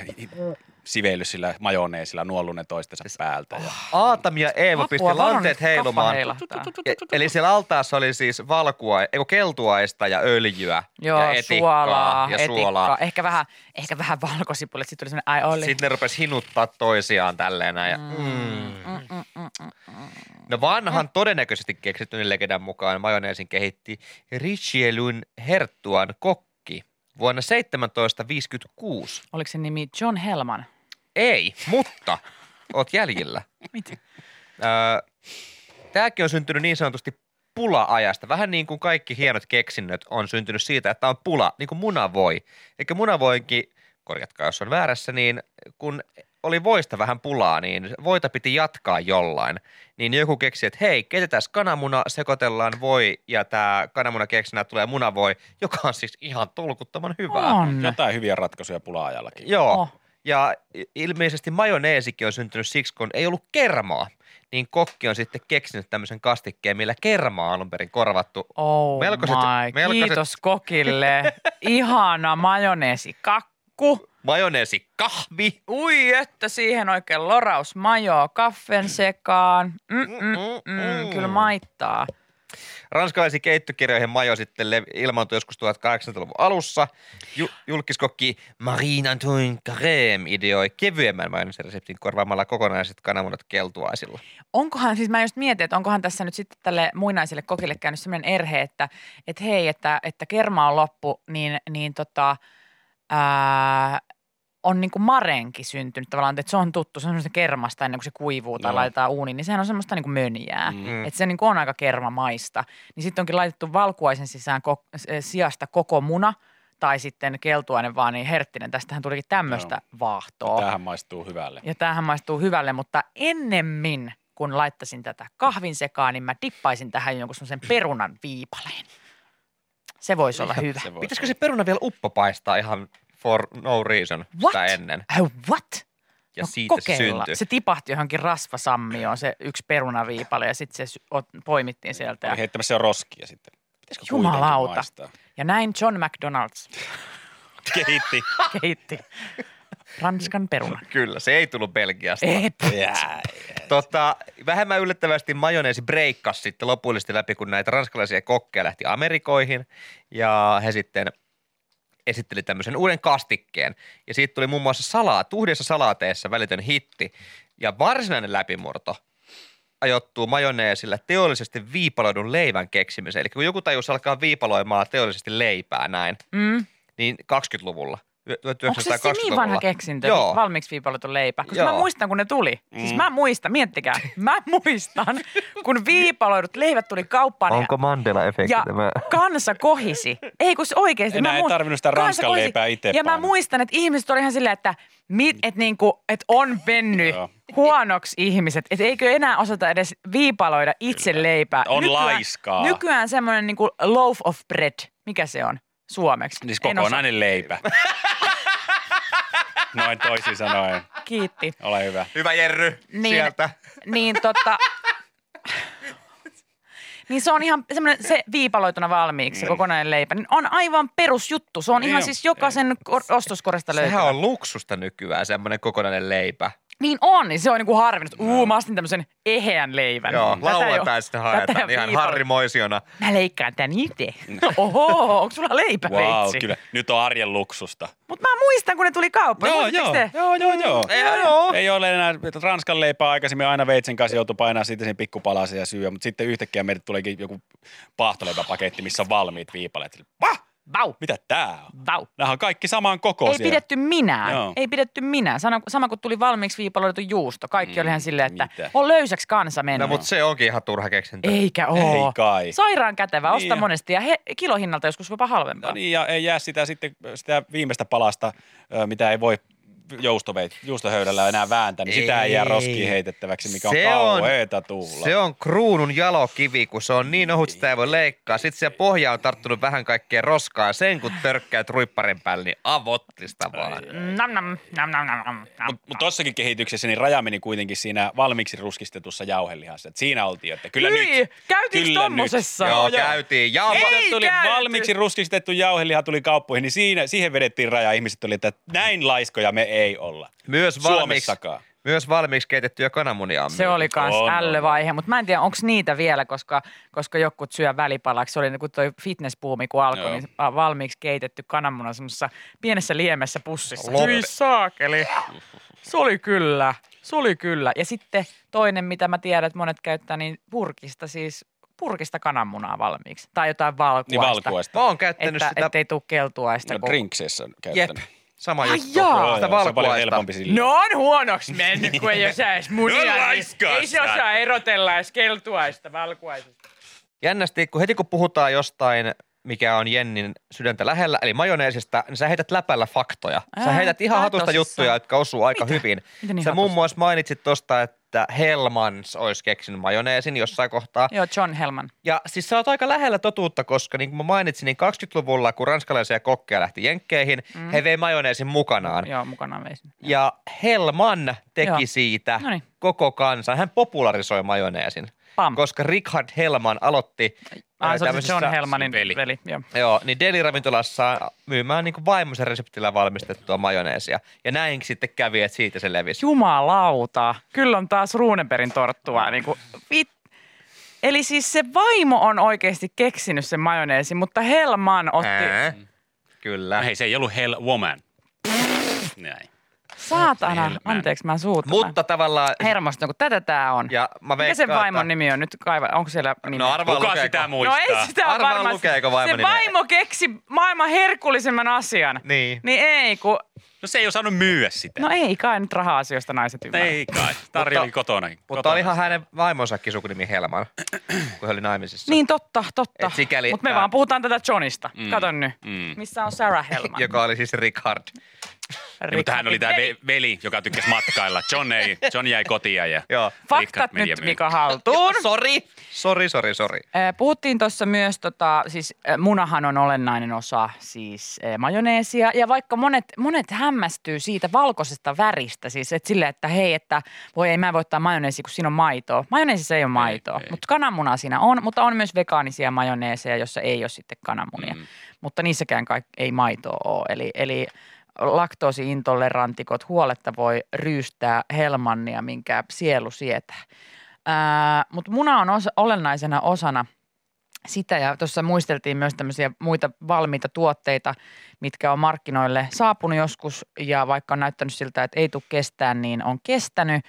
Speaker 3: siveillyt sillä majoneesilla, nuollut ne toistensa
Speaker 2: Siis-
Speaker 3: päältä.
Speaker 2: Oh,
Speaker 3: Ja
Speaker 4: Aatam ja Eeva pisti
Speaker 2: Ah. Apua, varonen,
Speaker 4: lanteet
Speaker 2: kappa
Speaker 4: heilumaan.
Speaker 2: heilahtaa.
Speaker 4: E- Eli siellä altaassa oli siis valkua, eiku, keltuaista ja öljyä
Speaker 2: Joo,
Speaker 4: ja etikkaa
Speaker 2: suolaa,
Speaker 4: ja
Speaker 2: etikkaa.
Speaker 4: suolaa.
Speaker 2: Ehkä vähän, ehkä vähän valkosipulia. Sitten tuli semmoinen, ai oli.
Speaker 4: Sitten ne rupesi hinuttaa toisiaan tälleen näin. Ja, mm.
Speaker 2: Mm, mm, mm, mm.
Speaker 4: No vanhan todennäköisesti keksityn legendan mukaan majoneesin kehitti Richelun Herttuan kokki vuonna 1756.
Speaker 2: Oliko se nimi John Helman?
Speaker 4: Ei, mutta oot jäljillä.
Speaker 2: Mitä?
Speaker 4: Öö, Tämäkin on syntynyt niin sanotusti pula-ajasta. Vähän niin kuin kaikki hienot keksinnöt on syntynyt siitä, että on pula, niin kuin munavoi. Eikä munavoinkin korjatkaa jos on väärässä, niin kun oli voista vähän pulaa, niin voita piti jatkaa jollain. Niin joku keksi, että hei, keitetään kananmuna, sekoitellaan voi ja tämä kananmuna keksinä tulee munavoi, joka on siis ihan tolkuttoman hyvää.
Speaker 2: On.
Speaker 3: Jotain hyviä ratkaisuja pula-ajallakin.
Speaker 4: Joo.
Speaker 2: Oh.
Speaker 4: Ja i- ilmeisesti majoneesikin on syntynyt siksi, kun ei ollut kermaa. Niin kokki on sitten keksinyt tämmöisen kastikkeen, millä kermaa on alun perin korvattu.
Speaker 2: Oh
Speaker 4: Melkoiset-
Speaker 2: melkoiset, my.
Speaker 4: melkoiset-
Speaker 2: Kiitos kokille. Ihana majoneesi kakku.
Speaker 4: Majoneesi kahvi.
Speaker 2: Ui, että siihen oikein loraus majoa kaffen sekaan. Mm, mm, mm, kyllä maittaa.
Speaker 4: Ranskalaisiin keittokirjoihin majo sitten le- ilmaantui joskus 1800-luvun alussa. Ju- julkiskokki Marine Antoine Carême ideoi kevyemmän majoneesireseptin korvaamalla kokonaiset kananmunat keltuaisilla.
Speaker 2: Onkohan, siis mä just mietin, että onkohan tässä nyt sitten tälle muinaiselle kokille käynyt sellainen erhe, että et hei, että, että kerma on loppu, niin, niin tota, ää, on niin kuin marenki syntynyt tavallaan, että se on tuttu, se on semmoista kermasta ennen kuin se kuivuu tai
Speaker 3: Joo.
Speaker 2: laitetaan uuniin, niin sehän on semmoista niin kuin mönjää.
Speaker 3: Mm.
Speaker 4: Mm.
Speaker 2: Että se niin on aika kermamaista. Niin sitten onkin laitettu valkuaisen sisään ko- eh, sijasta koko muna tai sitten keltuainen vaan niin herttinen. Tästähän tulikin tämmöistä vaahtoa.
Speaker 3: Tämähän maistuu hyvälle.
Speaker 2: Ja tämähän maistuu hyvälle, mutta ennemmin kun laittaisin tätä kahvin sekaan, niin mä dippaisin tähän jonkun semmoisen perunan viipaleen. Se voisi olla hyvä.
Speaker 3: Se voi
Speaker 4: Pitäisikö se peruna vielä uppo paistaa ihan for no reason sitä
Speaker 2: What?
Speaker 4: ennen?
Speaker 2: Ai what? No
Speaker 4: Ja siitä se syntyy.
Speaker 2: Se tipahti johonkin rasvasammioon se yksi perunaviipale ja sitten se sy- ot- poimittiin sieltä. Ja,
Speaker 3: Oli heittämässä jo roskia sitten. Pitäisikö
Speaker 2: Jumalauta.
Speaker 3: kuitenkin maistaa?
Speaker 2: ja näin John McDonald's
Speaker 3: Kehitti.
Speaker 2: kehitti Ranskan perunan.
Speaker 4: Kyllä, se ei tullut Belgiasta.
Speaker 2: Ei, pff.
Speaker 3: Jää.
Speaker 4: Tota, vähemmän yllättävästi majoneesi breikkasi sitten lopullisesti läpi, kun näitä ranskalaisia kokkeja lähti Amerikoihin ja he sitten esitteli tämmöisen uuden kastikkeen. Ja siitä tuli muun muassa salaa, tuhdessa salaateessa välitön hitti. Ja varsinainen läpimurto ajoittuu majoneesilla teollisesti viipaloidun leivän keksimiseen. Eli kun joku tajus alkaa viipaloimaan teollisesti leipää näin,
Speaker 2: Mm.
Speaker 4: niin 20-luvulla.
Speaker 2: Onko se, se niin
Speaker 4: 1920-luvulla.
Speaker 2: vanha keksintö,
Speaker 4: Joo.
Speaker 2: Joo. valmiiksi viipaloitu leipä? Koska
Speaker 4: Joo.
Speaker 2: mä muistan, kun ne tuli.
Speaker 3: Mm.
Speaker 2: Siis mä muistan, miettikää. Mä muistan, kun viipaloidut leivät tuli kauppaan ja,
Speaker 4: Mandela-efekti
Speaker 2: ja kansa kohisi. Ei kun se oikeasti.
Speaker 3: Enää
Speaker 2: mä
Speaker 3: ei
Speaker 2: muist-
Speaker 3: tarvinnut sitä
Speaker 2: kansa
Speaker 3: ranskan
Speaker 2: kohisi.
Speaker 3: leipää itse
Speaker 2: Ja mä
Speaker 3: painaa.
Speaker 2: muistan, että ihmiset oli ihan silleen, että mit, et niinku, et on mennyt
Speaker 3: Joo.
Speaker 2: huonoksi ihmiset. Että eikö enää osata edes viipaloida itse leipää.
Speaker 3: On laiskaa.
Speaker 2: Nykyään semmoinen niinku loaf of bread. Mikä se on suomeksi?
Speaker 3: Siis
Speaker 2: En osaa.
Speaker 3: kokonainen leipä. Noin toisin sanoen.
Speaker 2: Kiitti.
Speaker 3: Ole hyvä.
Speaker 4: Hyvä Jerry, niin.
Speaker 2: Niin.
Speaker 4: sieltä.
Speaker 2: niin tota... Niin se on ihan semmoinen, se viipaloituna valmiiksi, se kokonainen leipä, niin on aivan perusjuttu. Se on ihan
Speaker 3: Joo,
Speaker 2: siis jokaisen kor- ostoskorista
Speaker 4: Sehän
Speaker 2: löytyvä.
Speaker 4: on luksusta nykyään, semmoinen kokonainen leipä.
Speaker 2: Niin on, niin se on niinku harvinaista. Uu, mä ostin tämmöisen eheän leivän.
Speaker 4: Joo,
Speaker 2: Tätä ei oo-
Speaker 4: lauantai sitten
Speaker 2: tätä ei
Speaker 4: haetaan
Speaker 2: oo
Speaker 4: ihan
Speaker 2: viipalo-
Speaker 4: Harri Moisiona.
Speaker 2: Mä leikkaan tän itse. Oho, onko sulla
Speaker 3: Wow,
Speaker 2: leipäveitsi?
Speaker 3: kyllä. Nyt on arjen luksusta.
Speaker 2: Mutta mä muistan, kun ne tuli kauppaan.
Speaker 3: Joo,
Speaker 2: Muistatteko te?
Speaker 3: joo,
Speaker 2: Mm.
Speaker 3: joo, joo, joo.
Speaker 4: Joo, joo.
Speaker 3: Ei ole enää ranskan leipää aikaisemmin, aina veitsen kanssa joutui painaa siitä sen pikkupalasen ja syyä, mutta sitten yhtäkkiä meille tuleekin joku paahtoleipäpaketti, missä on valmiit viipaleet. Sille, Pah!
Speaker 2: Vau,
Speaker 3: Mitä tää on?
Speaker 2: vau.
Speaker 3: Nämä on kaikki samaan
Speaker 2: Ei
Speaker 3: kokoisia.
Speaker 2: pidetty minään.
Speaker 3: Joo.
Speaker 2: Ei pidetty minään. Sana, sama kuin tuli valmiiksi viipaloitu juusto. Kaikki
Speaker 3: Mm,
Speaker 2: mm, oli ihan silleen, että
Speaker 3: mitä?
Speaker 2: on löysäksi kansa mennyt.
Speaker 4: No, mutta se onkin ihan turha keksintö.
Speaker 2: Eikä
Speaker 3: Ei
Speaker 2: oo.
Speaker 3: kai.
Speaker 2: Sairaan kätevä, osta
Speaker 3: Niin.
Speaker 2: monesti ja he, kilohinnalta joskus jopa halvempaa.
Speaker 3: No niin, ja ei jää sitä, sitten, sitä viimeistä palasta, ö, mitä ei voi joustoveit, juustohöydällä enää vääntää, niin sitä ei jää
Speaker 4: Ei.
Speaker 3: roskiin heitettäväksi, mikä on
Speaker 4: Se on-
Speaker 3: kauheeta tuulla.
Speaker 4: Se on kruunun jalokivi, kun se on niin ohut, sitä ei voi leikkaa. Sitten siellä pohjaan on tarttunut vähän kaikkea roskaa. ja Sen kun törkkäät ruipparin päälle, niin avottista vaan.
Speaker 2: Nam, nam, nam, nam, nam, nam.
Speaker 3: Mutta mut tossakin kehityksessä niin raja meni kuitenkin siinä valmiiksi ruskistetussa jauhelihassa. Et siinä oltiin, että kyllä
Speaker 2: Hyi,
Speaker 3: nyt.
Speaker 2: käytiinkö
Speaker 3: kyllä
Speaker 2: tommosessa?
Speaker 3: Nyt.
Speaker 4: Joo,
Speaker 3: Joo, joo.
Speaker 4: käytiin. Ja
Speaker 2: Ei
Speaker 3: Kun tuli
Speaker 2: käyty.
Speaker 3: valmiiksi ruskistettu jauheliha tuli kauppoihin, niin siinä, siihen vedettiin raja. Ihmiset oli, että näin laiskoja me ei olla.
Speaker 4: myös valmiiksi,
Speaker 3: Suomessakaan.
Speaker 4: myös valmiiksi keitettyjä kananmunia on
Speaker 2: Se oli kans
Speaker 3: Niin, On, on,
Speaker 2: ällövaihe, mutta mä en tiedä, onko niitä vielä, koska, koska jotkut syö välipalaksi. Se oli niin kuin toi fitnessbuumi, kun alkoi,
Speaker 3: Joo.
Speaker 2: niin va- valmiiksi keitetty kananmuna semmoisessa pienessä liemessä pussissa.
Speaker 4: Lope-
Speaker 2: Hyi saakeli. Se oli kyllä, se oli kyllä. Ja sitten toinen, mitä mä tiedän, että monet käyttää, niin purkista siis, purkista kananmunaa valmiiksi. Tai jotain
Speaker 3: Niin
Speaker 2: valkuaista.
Speaker 3: valkuaista.
Speaker 4: Mä oon käyttänyt
Speaker 2: Että,
Speaker 4: sitä.
Speaker 2: ettei tuu keltuaista.
Speaker 3: No
Speaker 2: kun-
Speaker 3: drinkseissä on
Speaker 4: Jep,
Speaker 3: käyttänyt.
Speaker 4: sama
Speaker 2: Ai
Speaker 4: juttu.
Speaker 2: jaa.
Speaker 3: Joo,
Speaker 4: Sitä
Speaker 3: joo, se on paljon
Speaker 4: valkuaista.
Speaker 3: helpompi silleen.
Speaker 2: No on huonoksi mennyt, kun ei osaa edes munia.
Speaker 3: No
Speaker 2: niin
Speaker 3: laiskaa
Speaker 2: ei se
Speaker 3: sä.
Speaker 2: osaa erotella edes keltuaista valkuaisesta.
Speaker 4: Jännästi, kun heti kun puhutaan jostain mikä on Jennin sydäntä lähellä, eli majoneesista, niin sä heität läpällä faktoja. Sä
Speaker 2: Ää,
Speaker 4: heität ihan
Speaker 2: tää
Speaker 4: hatusta
Speaker 2: tosissaan.
Speaker 4: juttuja, jotka osuu aika
Speaker 2: Mitä?
Speaker 4: hyvin.
Speaker 2: Miten niin
Speaker 4: Sä muun
Speaker 2: hatusta?
Speaker 4: muassa mainitsit tuosta, että Helmans olisi keksinyt majoneesin jossain kohtaa.
Speaker 2: Joo, John Helman.
Speaker 4: Ja siis sä oot aika lähellä totuutta, koska niin kuin mä mainitsin, niin 20-luvulla, kun ranskalaisia kokkeja lähti jenkkeihin, mm.
Speaker 2: Mm.
Speaker 4: he vei majoneesin mukanaan.
Speaker 2: Joo, mukana veisin.
Speaker 4: Ja Helman teki
Speaker 2: Joo.
Speaker 4: siitä
Speaker 2: Noniin.
Speaker 4: koko kansan. Hän popularisoi majoneesin,
Speaker 2: Pam.
Speaker 4: koska Richard Helman aloitti
Speaker 2: Ah,
Speaker 4: ää,
Speaker 2: se on se John
Speaker 4: tämmöisessä-
Speaker 2: Helmanin
Speaker 3: veli.
Speaker 2: veli. veli. Joo.
Speaker 4: Joo, niin deliravintolassa myymään niin vaimoisen reseptillä valmistettua majoneesia. Ja näin sitten kävi, että siitä se levisi.
Speaker 2: Jumalauta, kyllä on taas Ruuneperin torttua. Niin kuin, vit. Eli siis se vaimo on oikeasti keksinyt sen majoneesin, mutta Helman otti...
Speaker 4: Ää, Äh. Kyllä.
Speaker 3: No hei, se ei ollut Hell Woman. Näin.
Speaker 2: Saatana,
Speaker 3: Helman.
Speaker 2: anteeksi mä suututan.
Speaker 4: Mutta tavallaan...
Speaker 2: Hermostun, kun tätä tää on.
Speaker 4: Ja mä
Speaker 2: Mikä sen
Speaker 4: veikkaan,
Speaker 2: vaimon
Speaker 4: että-
Speaker 2: nimi on nyt kaiva? Onko siellä nimi?
Speaker 4: No arvaa
Speaker 3: Kuka
Speaker 4: lukeeko.
Speaker 3: sitä muistaa?
Speaker 2: no ei sitä ole
Speaker 4: Arvaa,
Speaker 2: varmasti.
Speaker 4: lukeeko vaimon
Speaker 2: se
Speaker 4: nimeä.
Speaker 2: vaimo keksi maailman herkullisemman asian.
Speaker 4: Niin.
Speaker 2: Niin ei, kun...
Speaker 3: No se ei osannut myyä sitä. No
Speaker 2: No ei kai nyt raha-asioista naiset ymmärrä.
Speaker 3: Ei kai. Tarjoili
Speaker 4: Mutta-
Speaker 3: kotonakin.
Speaker 4: Mutta
Speaker 3: Kotona.
Speaker 4: olihan hänen vaimonsakin sukunimi Helman, kun he oli naimisissa.
Speaker 2: Niin totta, totta.
Speaker 4: Et sikäli
Speaker 2: Mutta me
Speaker 4: tää-
Speaker 2: vaan puhutaan tätä Johnista. Mm. Kato nyt.
Speaker 3: Mm.
Speaker 2: Missä on Sarah Helman?
Speaker 4: Joka oli siis Richard.
Speaker 3: Niin, mutta hän oli tämä
Speaker 2: Veli.
Speaker 3: ve- veli, joka tykkäsi matkailla. John, ei, John jäi kotiin ja
Speaker 4: Joo.
Speaker 2: Faktat
Speaker 3: Rikkat meni ja
Speaker 2: nyt,
Speaker 3: myi.
Speaker 2: Mika haltuun.
Speaker 4: Sori. Sori, sori, sori.
Speaker 2: Eh, Puhuttiin tuossa myös, tota, siis eh, munahan on olennainen osa siis eh, majoneesia ja vaikka monet, monet hämmästyy siitä valkoisesta väristä, siis et sille, että hei, että voi ei mä voi ottaa majoneesia, kun siinä on maitoa. Majoneesissa ei ole maitoa,
Speaker 3: ei.
Speaker 2: mutta kananmuna siinä on, mutta on myös vegaanisia majoneeseja, jossa ei ole sitten kananmunia,
Speaker 3: Mm.
Speaker 2: mm. mutta niissäkään kaik- ei maitoa ole, eli, eli laktoosiintolerantikot huoletta voi ryystää helmannia, minkä sielu sietää. Mutta muna on osa, olennaisena osana sitä ja tuossa muisteltiin myös tämmöisiä muita valmiita tuotteita, mitkä on markkinoille saapunut joskus ja vaikka on näyttänyt siltä, että ei tule kestään, niin on kestänyt.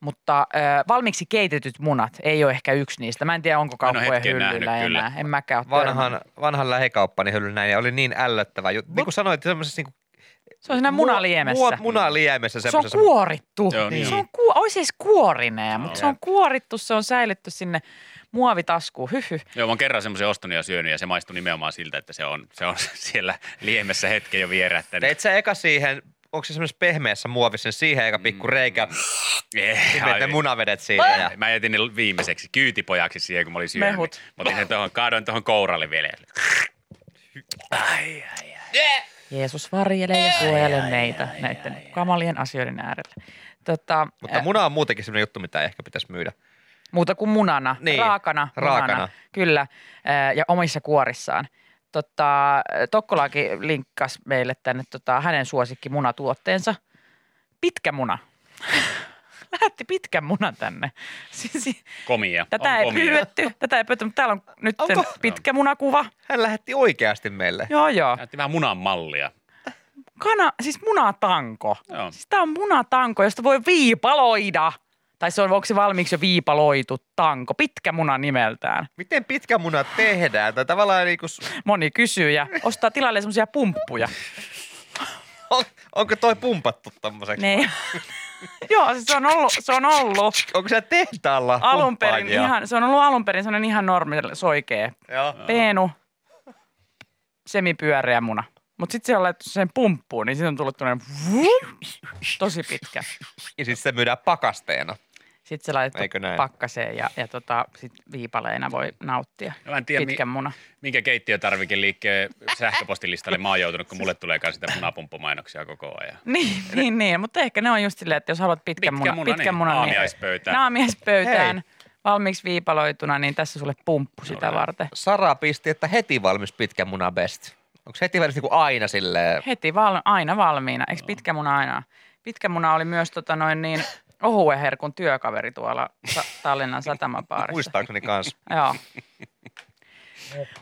Speaker 2: Mutta ö, valmiiksi keitetyt munat ei ole ehkä yksi niistä. Mä en tiedä, onko
Speaker 3: Mä en oo
Speaker 2: kauppojen
Speaker 3: hetkeen
Speaker 2: hyllyillä
Speaker 3: nähnyt
Speaker 2: enää. En mäkään ole
Speaker 4: Vanhan,
Speaker 2: törmännyt.
Speaker 4: vanhan lähikauppani hyllyn näin ja oli niin ällöttävä juttu. Niin kuin sanoit, semmoisessa niin
Speaker 2: Se on siinä munaliemessä.
Speaker 4: Mua, munaliemessä
Speaker 2: se on
Speaker 4: semmoisessa.
Speaker 2: kuorittu.
Speaker 3: Joo, niin
Speaker 2: Se
Speaker 3: on.
Speaker 2: on ku, olisi edes kuorineen, mutta
Speaker 3: Joo.
Speaker 2: se on kuorittu, se on säilytty sinne muovitaskuun. Hyhy.
Speaker 3: Joo, mä oon kerran semmoisen ostanut ja syönyt ja se maistui nimenomaan siltä, että se on, se on siellä liemessä hetken jo vierähtänyt.
Speaker 4: Teit sä eka siihen, onko se semmoisessa pehmeässä muovissa, niin siihen eka pikku
Speaker 2: Mm.
Speaker 4: reikä,
Speaker 3: Eh,
Speaker 4: mm. ne
Speaker 3: ai-
Speaker 4: munavedet siitä. Ja...
Speaker 3: Mä jätin ne viimeiseksi kyytipojaksi siihen, kun mä olin syönyt.
Speaker 2: Mehut.
Speaker 3: Mä otin sen tohon, kaadoin tuohon kouralle vielä. Ai, ai, ai.
Speaker 2: Jeesus varjele ja suojele meitä näiden kamalien asioiden äärellä. Tota,
Speaker 4: Mutta
Speaker 2: äh,
Speaker 4: muna on muutenkin semmoinen juttu, mitä ei ehkä pitäisi myydä.
Speaker 2: muuta kuin munana,
Speaker 4: Niin,
Speaker 2: niin, raakana,
Speaker 4: raakana.
Speaker 2: Munana, kyllä, äh, ja omissa kuorissaan. Tota, äh, Tokkolaakin linkkas meille tänne tota, hänen suosikki munatuotteensa. Pitkä muna. Lähetti pitkän munan tänne. Siis, si-
Speaker 3: Komia.
Speaker 2: tätä
Speaker 3: on
Speaker 2: ei
Speaker 3: komia.
Speaker 2: pyydetty, tätä ei pyydetty, mutta täällä on nyt
Speaker 4: Onko?
Speaker 2: pitkä munakuva.
Speaker 4: Hän lähetti oikeasti meille.
Speaker 2: Joo, joo.
Speaker 3: Näytti vähän munan mallia.
Speaker 2: Kana, siis munatanko.
Speaker 3: Joo.
Speaker 2: Siis tää on munatanko, josta voi viipaloida. Tai se on, onko se valmiiksi jo viipaloitu tanko, pitkä muna nimeltään.
Speaker 4: Miten pitkä muna tehdään? Tai tavallaan niin kuin,
Speaker 2: Moni kysyy ja ostaa tilalle semmoisia pumppuja.
Speaker 4: on, onko toi pumpattu tommoseksi?
Speaker 2: Ne. Niin. Joo, siis se on ollut, se on ollut
Speaker 4: Onko se tehtaalla
Speaker 2: alun perin
Speaker 4: pumppaajia?
Speaker 2: ihan, se on ollut alun perin sellainen ihan normi soikea
Speaker 4: Joo.
Speaker 2: peenu, semipyöreä muna. Mutta sitten se on laittu sen pumppuun, niin siitä on tullut tuollainen tosi pitkä.
Speaker 4: Ja sitten se myydään pakasteena.
Speaker 2: Sitten se laitettu
Speaker 4: Eikö näin?
Speaker 2: pakkaseen ja, ja tota, sit viipaleina voi nauttia.
Speaker 3: Mä en tiedä, mi-
Speaker 2: Pitkän muna.
Speaker 3: minkä keittiötarvikeliikkeen sähköpostilistalle mä oon joutunut, kun mulle tulee myös sitä munapumppumainoksia koko ajan.
Speaker 2: Niin, niin, niin, mutta ehkä ne on just silleen, että jos haluat pitkän
Speaker 3: Pitkä
Speaker 2: munan,
Speaker 3: muna,
Speaker 2: pitkän
Speaker 3: niin.
Speaker 2: munan
Speaker 3: Aamiaispöytään.
Speaker 2: aamiaispöytään valmiiksi viipaloituna, niin tässä sulle pumppu sitä
Speaker 3: Joo,
Speaker 2: varten.
Speaker 4: Sara pisti, että heti valmis pitkä muna best. Onko heti valmis niin kuin aina silleen?
Speaker 2: Heti val, aina valmiina,
Speaker 3: No.
Speaker 2: eikö pitkä muna aina? Pitkä muna oli myös tota noin niin ohuen herkun työkaveri tuolla Sa- Tallinnan satamapaarissa.
Speaker 4: Muistaakseni kanssa.
Speaker 2: Joo.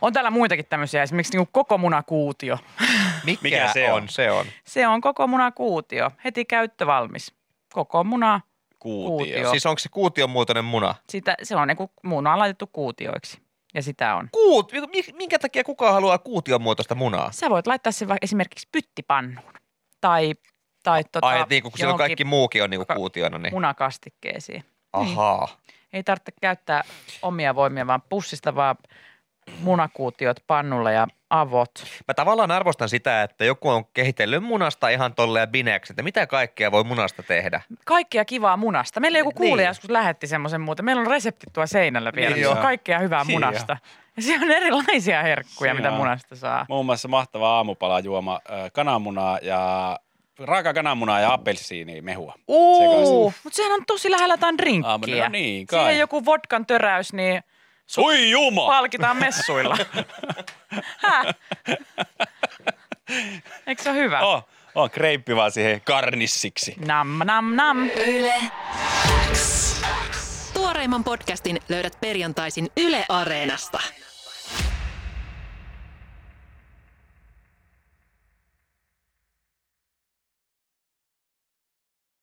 Speaker 2: On täällä muitakin tämmöisiä, esimerkiksi niin koko munakuutio.
Speaker 4: Mikä,
Speaker 3: Mikä se on?
Speaker 4: Se on.
Speaker 2: Se on koko munakuutio, heti käyttövalmis. Koko muna, Kuutio. Joo.
Speaker 4: Siis onko se kuution muotoinen muna?
Speaker 2: sitä, se on niin muna on laitettu kuutioiksi ja sitä on.
Speaker 4: Kuut, mi- minkä takia kukaan haluaa kuution muotoista munaa?
Speaker 2: Sä voit laittaa sen vaikka esimerkiksi pyttipannuun tai, tai tota,
Speaker 4: Ai, niin kun silloin
Speaker 2: johonkin
Speaker 4: kaikki muukin on niin kuin
Speaker 2: Ka-
Speaker 4: kuutiona, niin
Speaker 2: munakastikkeisiin.
Speaker 4: ahaa.
Speaker 2: Ei tarvitse käyttää omia voimia, vaan pussista vaan munakuutiot pannulla ja avot.
Speaker 4: Mä tavallaan arvostan sitä, että joku on kehitellyt munasta ihan tolleen bineeksi, että mitä kaikkea voi munasta tehdä.
Speaker 2: Kaikkea kivaa munasta. Meillä joku kuulija
Speaker 4: Niin.
Speaker 2: joskus lähetti semmoisen muuten. Meillä on resepti tuo seinällä vielä,
Speaker 3: Niin
Speaker 2: niin, on
Speaker 3: joo.
Speaker 2: kaikkea hyvää
Speaker 3: Siinä
Speaker 2: munasta. Ja siellä on erilaisia herkkuja,
Speaker 3: Siinä
Speaker 2: mitä
Speaker 3: on.
Speaker 2: munasta saa.
Speaker 3: Muun muassa mahtava aamupala juoma äh, kananmunaa ja raaka kananmunaa ja appelsiini mehua.
Speaker 2: Uu, mutta sehän on tosi lähellä jotain drinkkiä.
Speaker 3: Aamu- no niin, kai. Oh.
Speaker 2: Siihen joku vodkan töräys, niin Su-
Speaker 3: Oi juma!
Speaker 2: palkitaan messuilla. Häh? Eikö se ole hyvä?
Speaker 3: Oh, on kreippi vaan siihen karnissiksi.
Speaker 2: Nam, nam, nam.
Speaker 1: Yle X. Tuoreimman podcastin löydät perjantaisin Yle Areenasta.